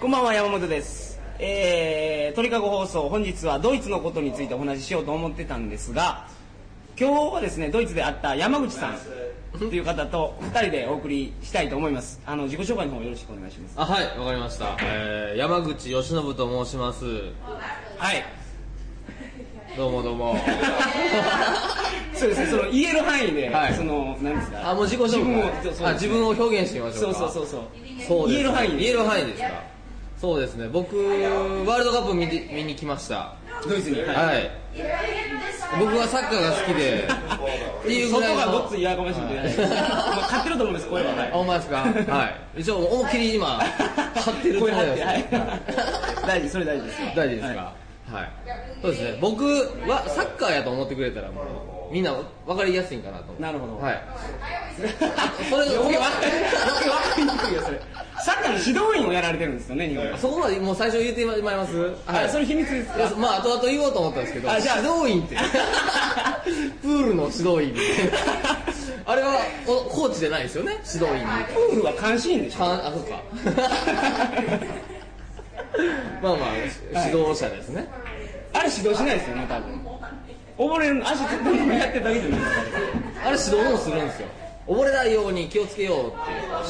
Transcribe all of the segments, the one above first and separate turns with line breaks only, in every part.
こんばんは、山本です。えー、鳥かご放送、本日はドイツのことについてお話ししようと思ってたんですが、今日はですね、ドイツで会った山口さんという方と2人でお送りしたいと思います。あの、自己紹介の方よろしくお願いします。
あはいわかりました、えー、山口由伸と申します
はい。
どうもど うも
そうですね、その言える範囲で、
はい
その、なんですか。
あもう自己紹介
自分をそうそうですね
あ自分を表現してみまし
そ
ょう
う
か
そうそうそう。
そうで
言
す
える範囲で
言える範囲ですかそうですね僕ワールドカップ見て見に来ました
ドイツに。はい
はい僕はサッカーが好 きでっていうぐらいの
外がごっついやかましいんじゃない。
はい
まあ買ってると思うんです、声は。はい
あほんまですかはい一応思いっきり今張ってる
声
と思います
張ってはい 大事、それ大事ですよ。
大事ですか、
は
はい、そうですね僕はサッカーやと思ってくれたらもうみんな分かりやすいんかなと思って
なるほど
はい
い
それ
余計わかりにくいよ、それ。サッカーの指導員をやられてるんですよね、日本は。
そこまでもう最初言ってまいりますは
あ、
い
それ秘密です
いやそまあ後々言おうと思ったんですけど
あじゃあ
指導 員ってプールの指導員あれはおコーチじゃないですよね指導員に
プールは監視員でしょ。
かあそう かまあまあ指導者ですね、
あれ指導しないですよね、多分。溺れる、足つってもやってるだけじゃないですか。
あれ指導もするんですよ溺れないように気をつけようっていう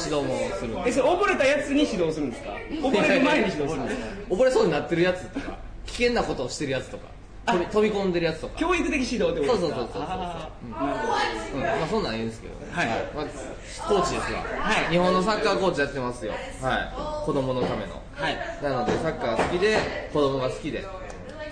指導もするん
え、
です
それ溺れたやつに指導するんですか溺れる前に指導するんですか
溺れそうになってるやつとか危険なことをしてるやつとか飛び飛び込んでるやつとか、
教育的指導ってことですか
そうそうそうそうそう
あーなるほど
うんまあそんなん言うんですけど、
はい
まあ、コーチですよ、
はい
日本のサッカーコーチやってますよ、はい、子供のための
はい。
なのでサッカー好きで子供が好きで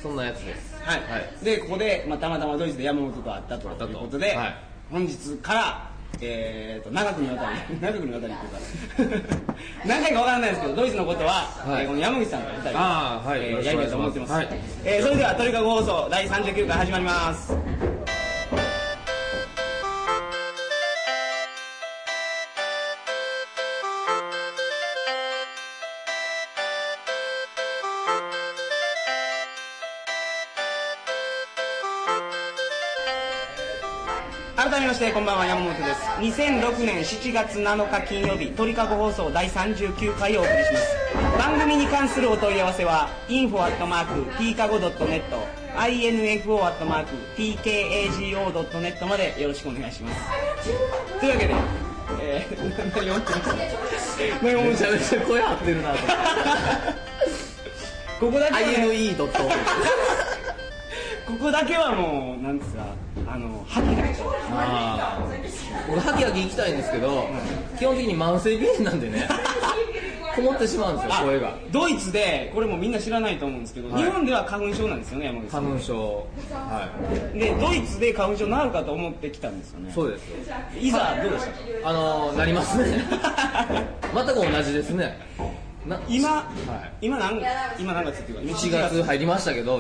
そんなやつです
はい。で、ここで、まあ、たまたまドイツで山本と会ったと
ったと
いうことで、
はい
本日から、えーと、長くにわたり、 長くにわたりっていうか、 何回かわからないですけど、ドイツのことは、
はい
えーこの山口さんと二人で、
あーはい
え
よ
ー
ろし
や
く
り
お
た
願
いと思っ
いします
てます。
はい
えーそれでは、トリカゴ放送第39回始まります。改めましてこんばんは山本です2006年7月7日金曜日鳥かご放送第39回をお送りします番組に関するお問い合わせは info.tkago.net info.tkago.net までよろしくお願いしますというわけで、えー、何を思ってま した何を思
め
って
ちゃめちゃ声張ってるなと思って
ここだけはね
INE ドット
ここだけはもうなんですかあの吐きないと
あー僕ハキハキ行きたいんですけど、基本的に慢性鼻炎なんで ねこもってしまうんですよ声が
ドイツでこれもみんな知らないと思うんですけど、
はい
日本では花粉症なんですよね山口さん
花粉症は
でドイツで花粉症なるかと思ってきたんですよね
いそうですよ
いざどうでし
あのー、なりますね
たか
全く同じですねな
今、
は
今何今何月っていうか
1月入りましたけど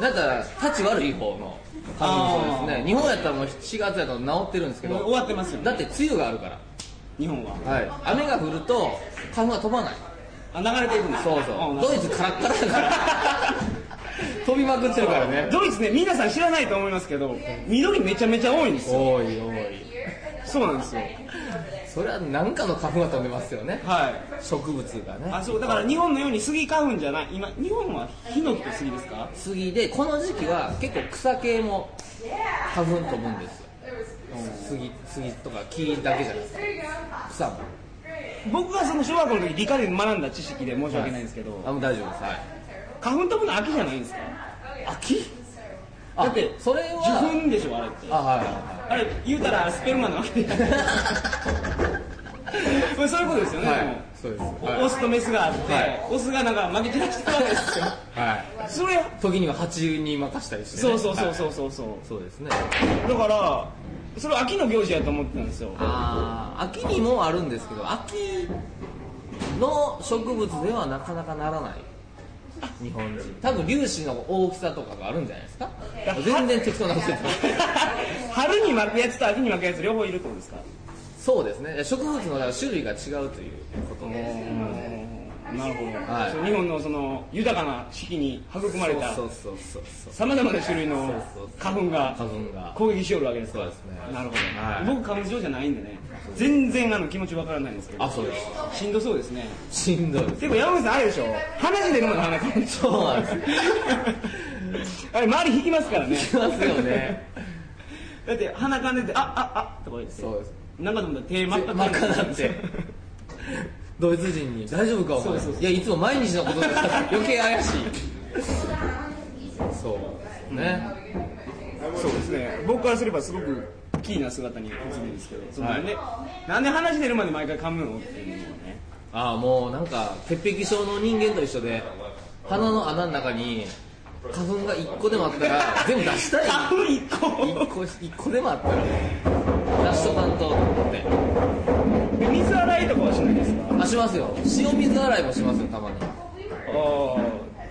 なんか立ち悪い方の花粉症です
あー
ね日本やったらもう4月やと治ってるんですけ
もう
ど
終わってますよ、ね、
だって梅雨があるから、
日本は
はい、雨が降ると花粉は飛ばない
あ流れていくんです
そうそうドイツカラッカラだから 飛びまくってるからね
ドイツね皆さん知らないと思いますけど緑めちゃめちゃ多いんですよ
おいおい
そうなんですよ
それは何かの花粉が飛んでますよね
はい
植物がね
あそうだから日本のように杉花粉じゃない今日本はヒノキと杉ですか
次でこの時期は結構草系も花粉飛ぶんですよ杉杉とか木だけじゃなくて草も
僕がその小学校の時理科で学んだ知識で申し訳ないんですけど、
あもう大丈夫ですはい
花粉飛ぶの秋じゃないんですか
秋
だって
それは
受粉でしょあれって
あはいはい
あれ言うたらスペルマンのわけじゃないこれそういうことですよね、
はい
でも
そうです
お
はい
オスとメスがあって、
はい
オスがなんか負け散らしてるわけですよ
はい、はい、
それ
時には蜂に任したりして、ね、
そうそうそうそううそうそう
そうですね
だからそれ秋の行事やと思ってたん ですよ
ああ秋にもあるんですけど秋の植物ではなかなかならない日本人多分粒子の大きさとかがあるんじゃないですか全然適当なこと言ってます
春に巻くやつと秋に巻くやつ両方いるってことですか
そうですね植物の種類が違うということです
なるほど、
はい
そう日本のその豊かな四季に育まれた
そうそうそうそう
さまざまな種類の花粉が
花粉が
攻撃しよるわけですか
そうですね
なるほ
はい
ど、僕花粉症じゃないんでね全然あの気持ちわからないんですけど
あそうです
しんどそうですね
しんどいです
結構山口さんあれでしょ話出るまで花粉症
そうなんです
あれ周り引きますからね
きますよね
だって鼻かんでてあああとか言って
そうです
なんかと思ったら手真っ赤
真っ赤になってドイツ人に大丈夫かお前
そうそうそう
いやいつも毎日のことだから余計怪しいそうね、
そうですね僕からすればすごくキーな姿に映るんですけどそのなんで、なんで話出るまで毎回噛むのっていうのはね
ああもうなんか潔癖症の人間と一緒で鼻の穴の中に花粉が1個でもあったら全部出したい
花粉一
1
個
個一個でもあったら出しとかんと思って
水洗いとかはしないですか
あしますよ塩水洗いもしますよたまに
ああ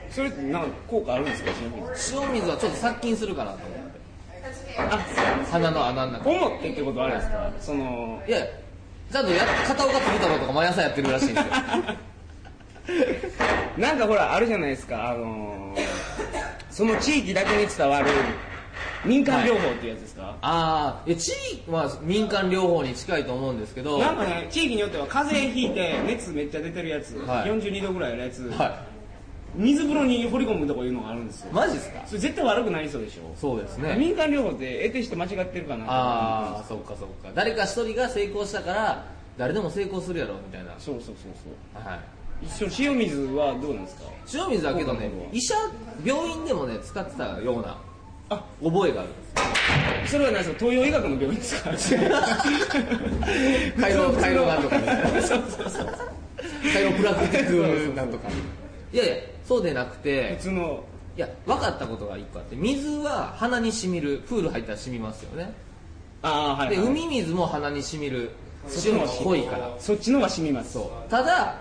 それってなんか効果あるんですかちなみに
塩水はちょっと殺菌するかなと思って
あ
鼻の穴の中
思ってってことはあるんですかその
いやちゃんとや片岡鶴太郎とか毎朝やってるらしい んですよ
なんかほらあるじゃないですかあのーその地域だけに伝わる民間療法っていうやつですか、
ああいや地域は民間療法に近いと思うんですけど
なんかね、地域によっては風邪ひいて熱めっちゃ出てるやつ、
はい
42度ぐらいのやつ、
は
水風呂に掘り込むとこいうのがあるんですよ
いマジですか
それ絶対悪くなりそうでしょ、
そうですね
民間療法って得てして間違ってるかな
ああそっかそっか誰か一人が成功したから誰でも成功するやろみたいな、は
そうそうそうそう
い、
一緒塩水はどうなんですか
塩水だけ
そ
どね
うなんだ
医者病院でもね使ってたような
あ
覚えがある
それは何ですか東洋医学の病院です か
カイロカイロなんとかね
そうそうそう
カイロプラクティックなんとかいやいやそうでなく
普
て
通の
いや分かったことが一個あって水は鼻にしみるプール入ったらしみますよね
ああはい、はい、
で海水も鼻にしみる
そっ
塩
ちの
が
方が
濃いから
そっちの方が染みます
そうただ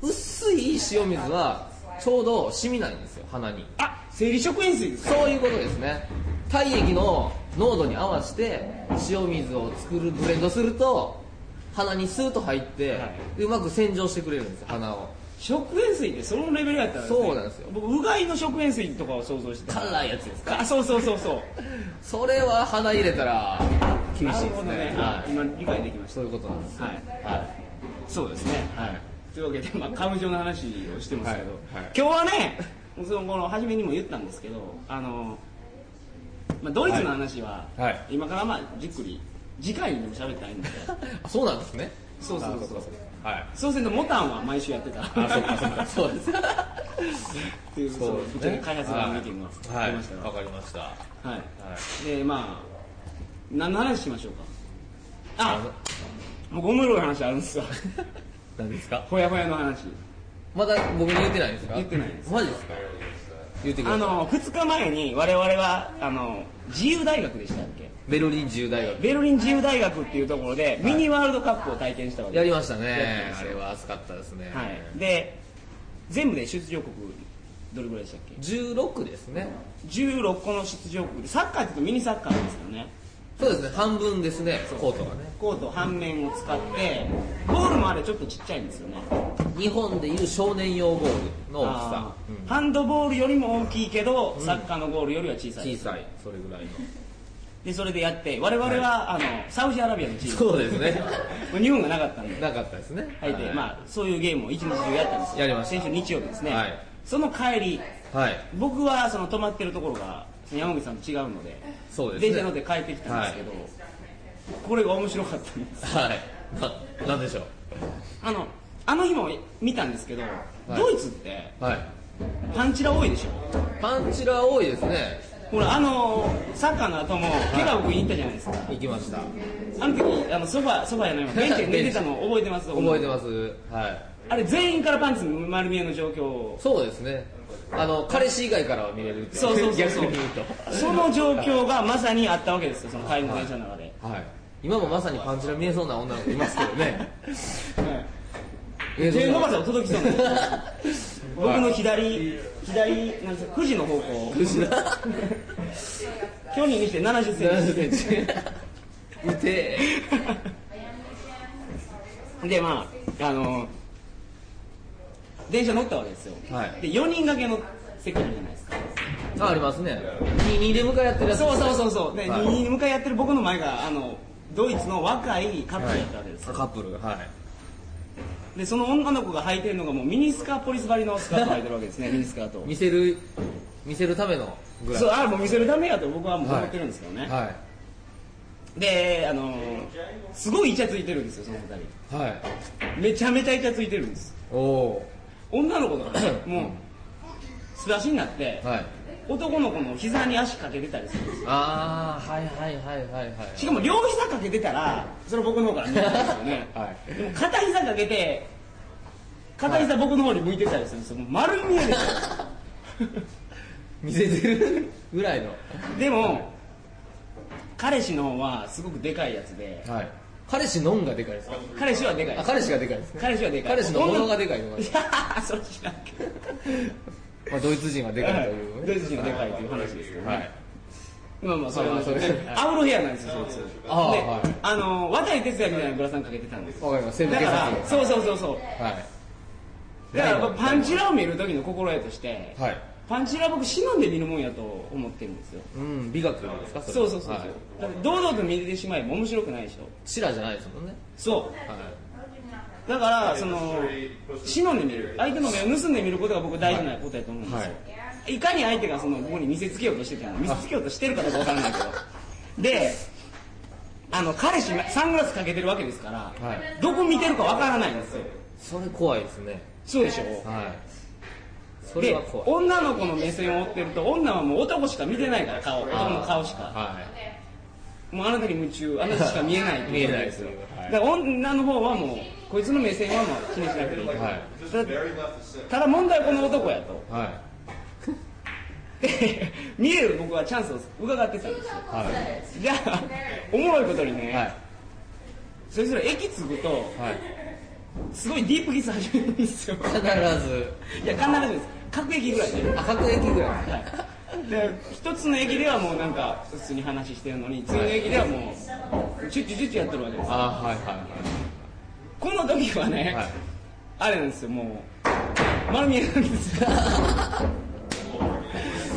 薄い塩水はちょうど染みないんですよ鼻に
あ生理食塩水ですか
そういうことですね体液の濃度に合わせて塩水を作るブレンドすると鼻にスーッと入って、
は
でうまく洗浄してくれるんですよ鼻を
食塩水ってそのレベルやったら、
そうなんですよ
僕うがいの食塩水とかを想像してた
辛いやつです
あそうそうそうそう
それは鼻入れたら厳しいですね
なるほど
は
あ
い、
今理解できまし
そういうことなんです
た
よ
はい
はい
そうですね
はい
というわけで、まあ、花粉症の話をしてますけど、
はいはい
今日はねそのこの初めにも言ったんですけどあの、まあ、ドイツの話は、
はいはい
今からまあじっくり次回にでも喋ったらいいんで
あそうなんですね
そうそうそうそう
はい
そうするとモタンは毎週やってた
あそっかそっかそうです
っていうそううちの開発側の意見がありましたが
わかりましたは
はい、でまあ何の話しましょうかあ僕おもろい話あるんですわ
何ですか
ほやほやの話
まだ僕に言ってないんですか
言ってないです
マジですか言ってく
あ
ださい
の2日前に我々はあの自由大学でしたっけ
ベルリン自由大学
ベルリン自由大学っていうところでミニワールドカップを体験したわけ
や
で
り
す
ましたね
やっ
あ
てました
れは熱かったですね、
はい、で全部で出場国どれぐらいでしたっけ
16ですね
16個の出場国でサッカーって言うとミニサッカーですよね
そうですね半分ですねコートがね
コート半面を使ってゴールもあれちょっとちっちゃいんですよね
日本でいう少年用ゴールの大きさ
あ、ーハンドボールよりも大きいけど、サッカーのゴールよりは小
う
さ
ん小
い
さいそれぐらいの
でそれでやって我々は、あのサウジアラビアのチーム
そうですね
もう日本がなかったんで
なかったですね
はいでまあ、そういうゲームを一日中やったんですよ
やりまし
先
た
週日曜日ですね、
はい
その帰り
あはい
僕はその泊まってるところがその山口さんと違うので
そうですね
電車乗って帰ってきたんですけど、これが面白かったんです
はいななんでしょう
あのあの日も見たんですけど、
い
ドイツって
はい
パンチラ多いでしょ
パンチラ多いですね
ほらあのサッカーの後も怪我を僕に行ったじゃないですか、
行きました
あの時あのソファソファじゃないわベンチで寝てたの覚えてます
覚えてますはい
あれ全員からパンツ丸見えの状況を
そうですねあの彼氏以外からは見れるってい
そうそうそうそう
逆に言うと
その状況がまさにあったわけですよその帰りの電車の中で、
はい、今もまさにパンチラ見えそうな女の子いますけどね 映像
手伸ばせ
が
ば届きそう な僕の左左なんですか9時の方向 去年にして7 0ンチ
70センチうて
でまああの電車乗ったわけですよ、
はい
で4人掛けの席あるじゃないですか
あありますね22で迎えやってるやつ
そうそうそうそうで、
はい
二人向かいやってる僕の前があのドイツの若いカップルやったわけです、
はいカップルはい
でその女の子が履いてるのがもうミニスカポリス張りのスカート履いてるわけですねミニスカートを
見せる見せるためのぐらい
そうああもう見せるためやと僕はもう思ってるんですけどね、
は
であのすごいイチャついてるんですよその二
いはい
人めちゃめちゃイチャついてるんです
おお
女の子が
う
も
ん
う素足になって、
ーはい
男の子の膝に足かけてたりするんですよ
ああはいはいはいはいはい
しかも両膝かけてたらそれ僕の方から見えるんですよね
はい
でも片膝かけて片膝僕の方に向いてたりするんですよもう丸見えですよ
見せてるぐらいの
でも彼氏の方はすごくでかいやつで
はい彼氏のんがでかいですか
彼氏はでかいで
あ
す
彼氏がでかいですね
彼氏はでかい
彼氏のものがでかいとか
いやーそれ知らんけど
まあドイツ人はでかいという、ね、
ドイツ人はでかいという話ですけどね、
はい
まあまあそれは
まあまあそれ
ねアウロヘアなんですよそいつで
ああはい
あの渡哲也みたいなグラサンかけてたんですよ
わかります
だ
西部
か
警察
ら
は
そうそうそうそう
い
だからやっぱパンチ
ラ
ラを見る時の心得として、
はい
パンチラは僕忍んで見るもんやと思ってるんですよ
うん美学ですか
そうそうそうそう、
はい
だって堂々と見れてしまえば面白くないでしょ
シラじゃないですもんね
そ
は
うだからその忍んで見る相手の目を盗んで見ることが僕大事なことやと思うんですよ、い、かに相手がそのここに見せつけようとしてたの見せつけようとしてるかどうかわからないけどであの彼氏サングラスかけてるわけですから、
はい
どこ見てるかわからないんですよ
それ怖いですね
そうでしょ、
はいそれ
で
は怖い
女の子の目線を追ってると女はもう男しか見てないから顔男の顔しか
はい
もうあなたに夢中あなたしか見えないっていうことですよ
見えないですよはい
だから女の方はもうこいつの目線はもう気にしなくていい、
はい
Just very left of center.
ただ問題はこの男やと
は
で見える僕はチャンスを伺ってたんですよ
はい
じゃあおもろいことにね、
いはい
それぞれ駅着くと
はい
すごいディープキス始めるんですよ
必ず
いや必ずです各駅ぐらいで
あ各駅ぐらい
はい、で一つの駅ではもうなんか普通に話してるのに次の駅ではもうチュッチュチュッチュやってるわけですよ
あはいは
この時はね、
いはい
あれなんですよもう丸見えなんですよ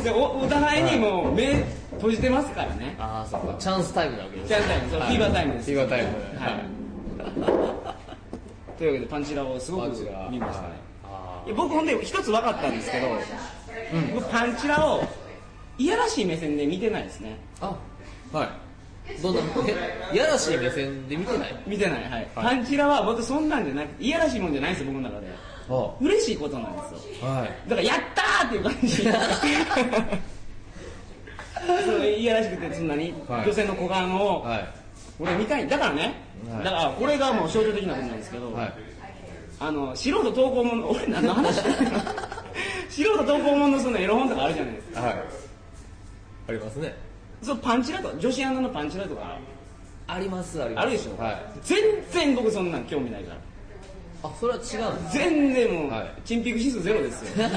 でおお互いにもう目閉じてますからね
ああそうかチャンスタイムなわけです
チャンスタイムそう
はい
フィーバータイムです
フィーバータイ
は
ム
いというわけでパンチラをすごく
マジだ
見ましたね
あ
いや僕ほんで一つ分かったんですけど、僕パンチラをいやらしい目線で見てないですね
ーあはいどんなえやらしい目線で見てない
見てない、はいパンチラは僕そんなんじゃなくていやらしいもんじゃないんですよ僕の中で
あは
嬉しいことなんですよ
い
だからやったーっていう感 じそういやらしくてそんなに、
はい
女性の股間を、
はい
俺見たいだからね、
はい
だからこれがもう象徴的なことなんですけど、
はい
あの素人投稿もの俺何の話してんの素人投稿ものそのエロ本とかあるじゃないですか
はいありますね
そうパンチラとか女子アナのパンチラとか
ありますあります
あるでしょ、
はい
全然僕そんなん興味ないから
あそれは違うんです
全然もう、
はい
チンピク指数ゼロですよ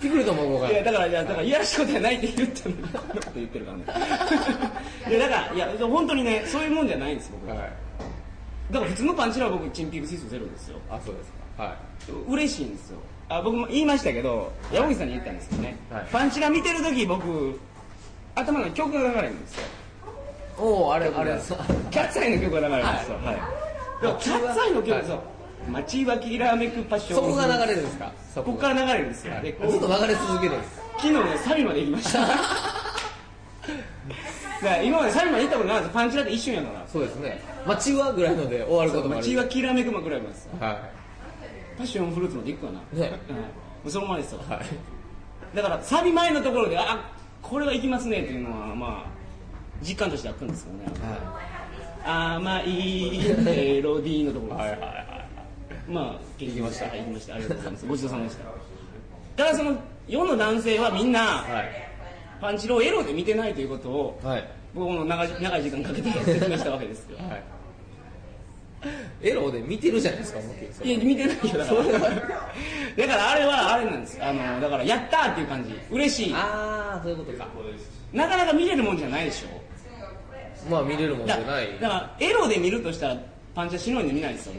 ピクルとも動か
い
な
や
い
だからいやだからいやらしいことはないって言ってんのにこんなこと言ってる からねいやだからいや本当にねそういうもんじゃないんです僕だか
はい
ら普通のパンチラは僕チンピク指数ゼロですよ
あそうですかは
嬉しいんですよあ僕も言いましたけど山口さんに言ったんですけどね、
はい
パンチラ見てる時僕頭の曲が流れるんですよ
いおおあれあれそう
キャッツアイの曲が流れるんですよ、はいでもキャッツアイの曲、
はい
そう街はきらめくパッション
そこが流れるんですかそ
ここから流れるんですよ、で
ずっと流れ続けるんです
昨日ねサビまで行きましただから今までサビまで行ったことないんですよパンチラって一瞬やから
そうですね街はぐらいので終わることもある
街はきらめくまぐらいまでです
は
パッションフルーツまで行くかな、
いね
うん、もうそのままですよ
はい
だからサビ前のところであこれはいきますねっていうのはまあ実感としてあったんですけどね
は
甘いメロディーのところです、
いはいはい
まあ、行きました。行きました。ありがとうございます。ごちそうさまでした。ただその、世の男性はみんな、
はい
パンチロをエロで見てないということを、
はい
僕も長い長い時間かけて説明したわけですよ。
はいエロで見てるじゃないですか思ってる
いや、見てないよ、だから。だからあれは、あれなんです。あの、だから、やったーっていう感じ。嬉しい。
ああそういうことか
なかなか見れるもんじゃないでしょ。
まあ見れるもんじ
だ
ゃない
だから、エロで見るとしたら、パンチは死ぬように見ないですよ、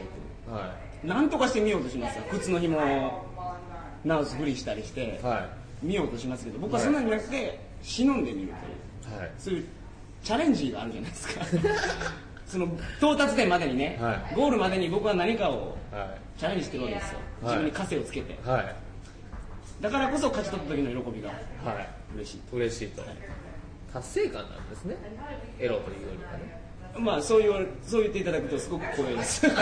僕。
はい
なんとかして見ようとしますよ靴の紐を直すふりしたりして
はい
見ようとしますけど僕はそんなになくて忍んで見るという
はい
そういうチャレンジがあるじゃないです かその到達点までにね、
はい
ゴールまでに僕は何かを
は
チャレンジしてるわけですよ、
はい
自分に枷をつけて
いはい
だからこそ勝ち取った時の喜びが
はい
嬉しい
嬉しいと達成感なんですねエロというよりはね
まあそう言われそう言っていただくとすごく光栄ですそ う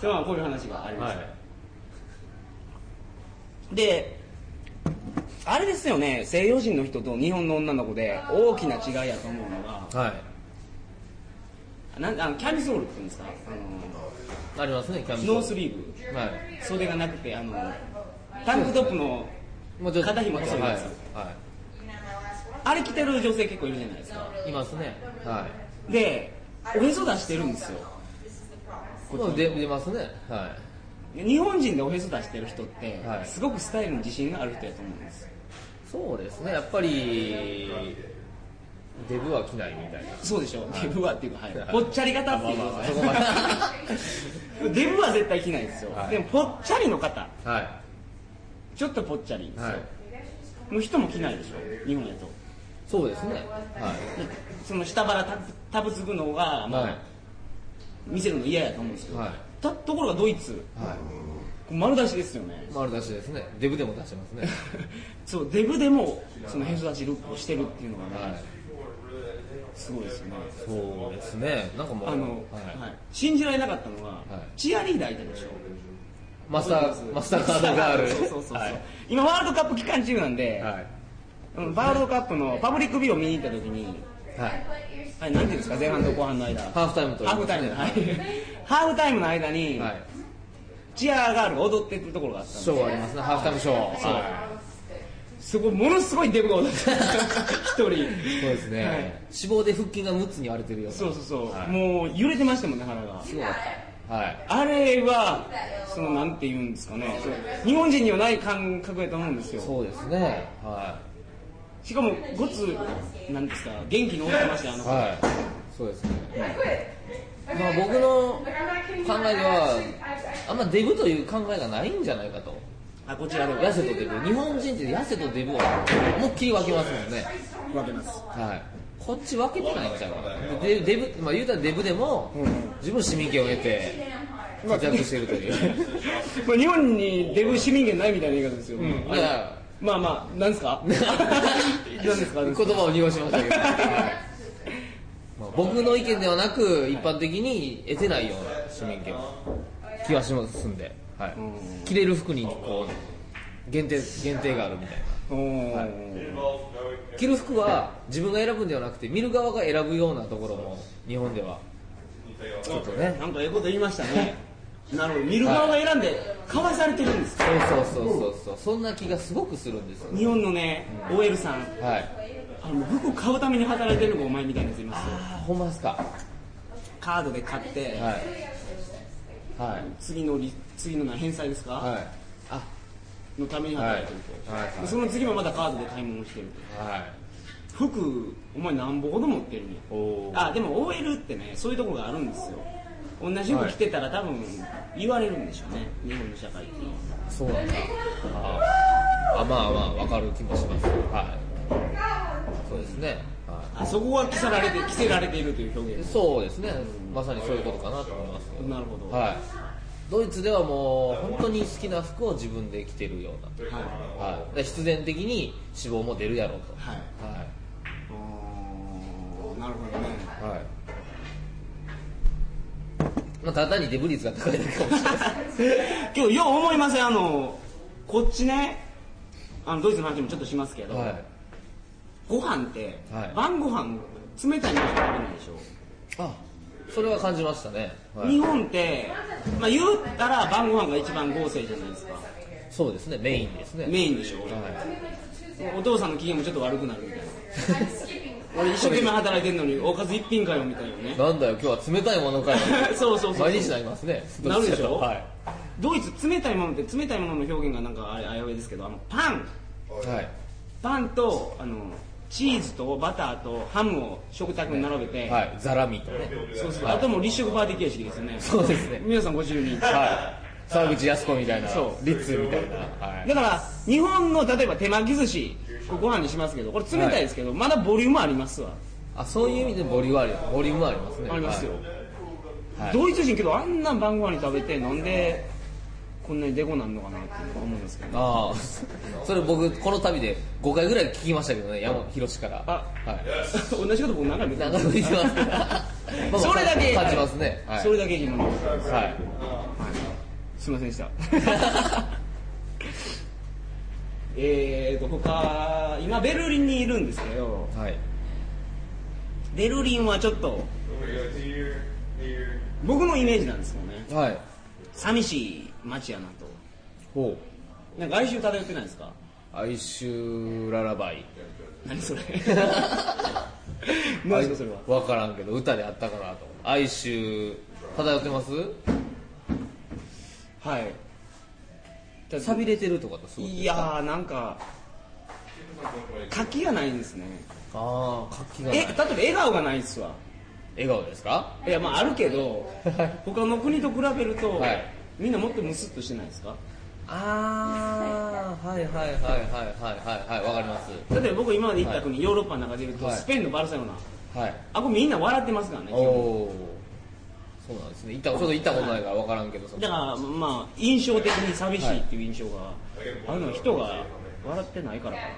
でまあこういう話がありま
は
し
い
た、であれですよね西洋人の人と日本の女の子で大きな違いやと思うのが
はい
なんあのキャミソールって言うんですかあ
ありますねキャンプ
のノースリーブ
はい
袖がなくてあのタンクトップの
もうちょっと
肩紐細い
はい
やつ
は
あれ着てる女性結構いるじゃないですか
いいますねはい
でおへそ出してるんですよ
もう出出ますねは
で日本人でおへそ出してる人って、
はい
すごくスタイルに自信がある人やと思うんです
いそうですねやっぱりデブは着ないみたいな
そうでしょ、デブはっていうか、はい
はい、
ぽっちゃり型っていう
まあ
の
ま
は
あまあそこ ま
デブは絶対着ないですよ、
はい
でもぽっちゃりの方
はい
ちょっとぽっちゃりですよ、
はい
の人も着ないでしょ日本やと
そうですねはい
でその下腹たたぶつくのが、まあ
はい
見せるの嫌やと思うんですけど、
はい
たところがドイツ
は
丸出しですよね
い丸出しですねデブでも出してますね
そうデブでもそのへそ出しルックをしてるっていうのがね、
はい
すごいですよね
そうですねなんかもう
あの、
はい
はい信じられなかったのが、
い
チアリーダーいたでしょ
マスターマスターカードガール
そうそうそうそう、
はい
今ワールドカップ期間中なんで、
はい
うんワールドカップのパブリックビデオ見に行った時に
はい
あれ何ていうんですか前半と後半の間
ハーフタイムと
ハーフタイムの、はい、ハーフタイムの間に、
はい
チアガールが踊ってるところがあったんです
ショーありますねハーフタイムショー
そう
は
すごいものすごいデブが踊 ってた一人そう
いそうですね、
はい
脂肪で腹筋が6つに割れてるような
そうそうそう、
はい
もう揺れてましたもんね腹が
すごかったはい
あれはそのなんて言うんですかねそう日本人にはない感覚やと思うんですよ
そうですねは
しかもごつなんですか元気に踊ってましたよあ
い
の子、
はいそうですね、まあ、僕の考えではあんまデブという考えがないんじゃないかと
あこちらでは
痩せとデブ日本人って痩せとデブを思いっきり分けますもんね
分けます
はいこっち分けてないんちゃうかなでデブ、まあ、言うたらデブでも自分市民権を得て活躍してるという
まあ日本にデブ市民権ないみたいな言い方ですよ、
ん
あれ
いや
まあま あなんですか 何ですか
言葉を濁しましたけど、まあ僕の意見ではなく一般的に得てないような市民権気はしますんで、はい
ん
着れる服にこう限定限定があるみたいな
おー
着る服は自分が選ぶんではなくて見る側が選ぶようなところも日本ではちょっとね
なんかええこと言いました ねなるほど見る側が選んでかわされてるんですか
そうそうそうそうそうそんな気がすごくするんですよね
日本のね OL さん
はい
あの服買うために働いてるのがお前みたいなやついますよ
ああほんまですかは
カードで買っ
い
て、
はい
次のり次の何返済ですか、
はいあ
のために働いてると、
はいはいはい
その次もまたカードで買い物してる
はい
と服お前何本ほど持ってるんや
おお
あでも OL ってねそういうところがあるんですよ同じ服着てたら多分言われるんでしょうね日本の社会っていうのは
そうなんだ。ああ、まあまあ、わかる気もします。はい。そうですね。は
あそこが着せられて着せられているという表
い。
現
そうですね。まさにそういうことかなと思いますけ
なるほど、
ど。はい。ドイツではもう、本当に好きな服を自分で着てるよう
はい
な。はい。で必然的に脂肪も出るやろうと。
はい
は
おーなるほどね
い。はい。まあ、ただ単にデブ率が高いだけかもしれない
今日よう思いませんあのこっちねあのドイツの話もちょっとしますけ
です。
ど、
はい。
ご飯って、
はい
晩ご飯冷たいものしか食べないでしょ、
あ、それは感じましたね。は
日
い。
本って、まあ、言ったら晩ご飯が一番豪勢じゃないですか
そうですね。メインですね。
メインでしょ、
はい。
お父さんの機嫌もちょっと悪くなるみ たいな俺一生懸命働いてんのにおかず一品かよみたいなね
なんだよ今日は冷たいものかよ
そうそうそう
毎日なりますね
なるでしょ
はい
ドイツ冷たいものって冷たいものの表現がなんかあれあやうえですけどあのパン
はい
パンとあのチーズとバターとハムを食卓に並べて、
はい、ザラミとね
そうそうあともう立食バーティー形式ですよね
そうですね
皆さんご自由に、
はい沢口靖子みたいな
そう
リッツーみたいな、はい、
だから日本の例えば手巻き寿司こうご飯にしますけどこれ冷たいですけど、まだボリュームありますわ
あそういう意味でボリュームあるボリュームありますね
ありますよ、
はいはい
ドイツ人けどあんな晩ご飯に食べてなんでこんなにデコなんのかなっていうのは思うんですけど
ああ それ僕この旅で5回ぐらい聞きましたけどね山ひろしから
あ
はい
同じこと僕何回も言っ
長
た
引いてますまあまあ
それだけ
感じますねはい
それだけ自分の
はい
すいませんでした えーと他今ベルリンにいるんですけど
はい
ベルリンはちょっと僕のイメージなんですよね
はい
寂しい街やなと
ほう
なんか哀愁漂ってないですか
哀愁ララバイ
何それ何ですかそれは
分からんけど歌であったかなと哀愁漂ってます
はいただ
寂れてるとかとすごい
いやーなんか活気がないんですね
ああ活気が
え
ない
例えば笑顔がないですわ
笑顔ですか
いやまああるけど他の国と比べると、
はい
みんなもっとムスッとしてないですか
ああはいはいはいはいはいはいはいわかります
例えば僕今まで行った国、ヨーロッパの中で言うと、
はい
スペインのバルセロナ
はい
あこれみんな笑ってますからね基
お
本
おそうなんですね行ったちょっと行ったことないから分からんけどその
だからまあ印象的に寂しいっていう印象が、あるのは人が笑ってない からかな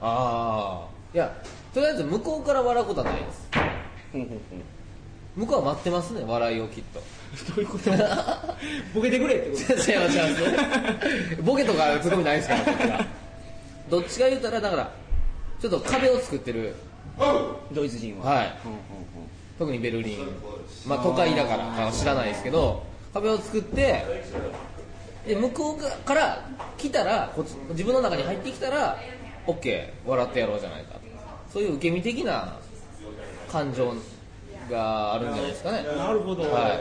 ああいやとりあえず向こうから笑うことはないです
ほんほんほん
向こうは待ってますね笑いをきっと
ど ういうことボケてくれってこ
違う違う違うボケとかツッコミないですからこっちはどっちか言うたらだからちょっと壁を作ってる
とドイツ人は
はい
ほんほんほん
特にベルリン、まあ、都会だからかは知らないですけど壁を作ってで向こうから来たらこっち自分の中に入ってきたら OK 笑ってやろうじゃないかとそういう受け身的な感情があるんじゃないですかね
なるほど、
は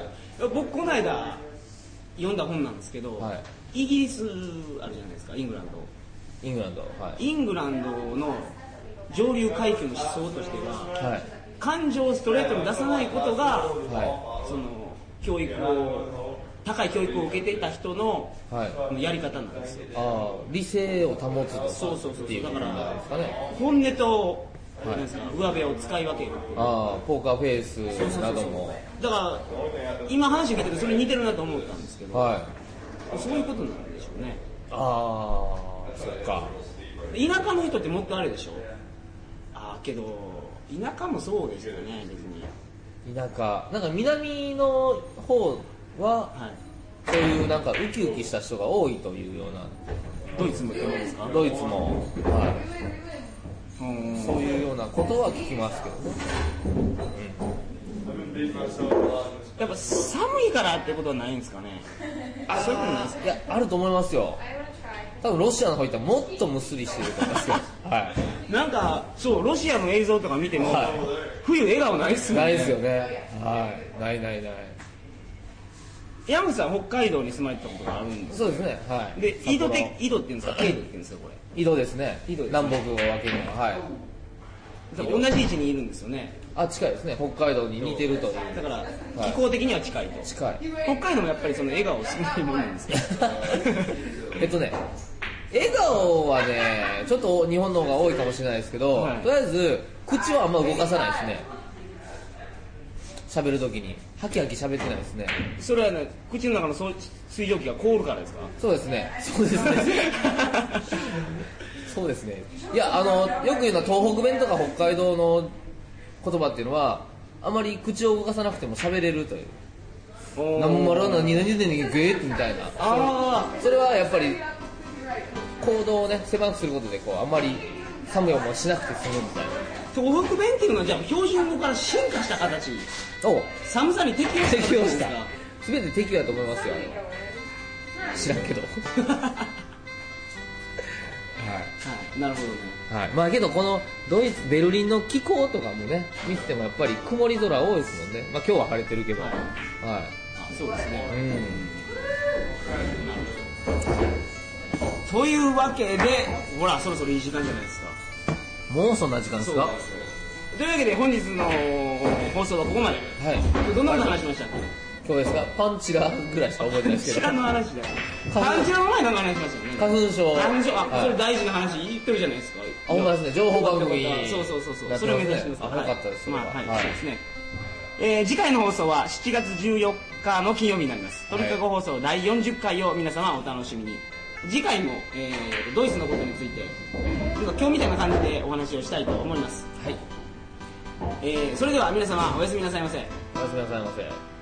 僕この間読んだ本なんですけど、
は
イギリスあるじゃないですかイングランド
イングランドはい、
イングランドの上流階級の思想としては
はい
感情をストレートに出さないことが、
は
その教育を高い教育を受けていた人の
いはい
やり方なんですよ
ああ理性を保つとか
そうそうそう
っていうことじゃないですかね
本音と、
はい
なんですか上辺を使い分ける
ああポーカーフェイスなども
だから今話聞いててそれ似てるなと思ったんですけど
はい
そういうことなんでしょうね
ああそっか
田舎の人ってもっとあれでしょああけど田舎もそうですよね別に
田舎なんか南の方は
はい
そういうなんかウキウキした人が多いというような
ドイツもそうですか
ドイツも、はい、
うん
そういうようなことは聞きますけどね
やっぱ寒いからってことはないんですかねあそういうことなんですか
いやあると思いますよ多分ロシアの方行ったらもっとむっすりしてると思いますよは
なんかそうロシアの映像とか見ても、
はい
冬笑顔ないっす
い
もん
ない
ね
ですよねはいないないない
ヤムさん北海道に住まれてたことがあるんです
そうですねはい
で井戸
札
て
幌
井戸っていうんですか経度っていうんですかこれ
井戸ですね
井戸ですね
南北を分けるのははい
だから同じ位置にいるんですよね
あ近いですね北海道に似てるという
だから気候的には近いと、
近い
北海道もやっぱりその笑顔少ないもんなんですか
えっとね、笑顔はね、ちょっと日本の方が多いかもしれないですけど、
はい
とりあえず、口はあんま動かさないですね、喋るときに、ハキハキ喋ってないですね、
それはね口の中のそう水蒸気が凍るから ですか
そうですね、そうですね、そうですね、いや、あの、よく言うのは、東北弁とか北海道の言葉っていうのは、あまり口を動かさなくても喋れるという、
おー
なんもらうの、何々でにぐえってみたいな。
あ
それはやっぱり行動をね狭くすることでこうあんまり寒い思いしなくて済むみたい
あ東北弁っていうのはじゃあ標準語から進化した形
なを
寒さに適応した
適応
形で
した
すか
全て適応だと思いますよあの知らんけどは
はい、なるほどね
い、はい、まあけどこのドイツベルリンの気候とかもね見ててもやっぱり曇り空多いですもんねまあ今日は晴れてるけどは
はい
い、
あそうですね、
うん
というわけでほらそろそろいい時間じゃないですか
もうそんな時間ですかは
というわけで本日の放送はここまで
い
どんなこと話しましたっ
今日ですかパンチラぐらいしか覚えて
け
ないです
知
けど
らの話だよ感じの前の話しましたよ
花
ね
粉症
感情あ
はい
それ大事な話言ってるじゃないですか
あほんまですね情報番組に
そうそうそうそう
なっ
そ
てますね
れを目指してます
あよかったですそれ
まあ
は
はい、
はい
そうですねえー次回の放送は7月14日の金曜日になります
はい
鳥かご放送第40回を皆様お楽しみに次回も、えードイツのことについてなんか今日みたいな感じでお話をしたいと思います、
はい
えーそれでは皆様おやすみなさいませ
おやすみなさいませ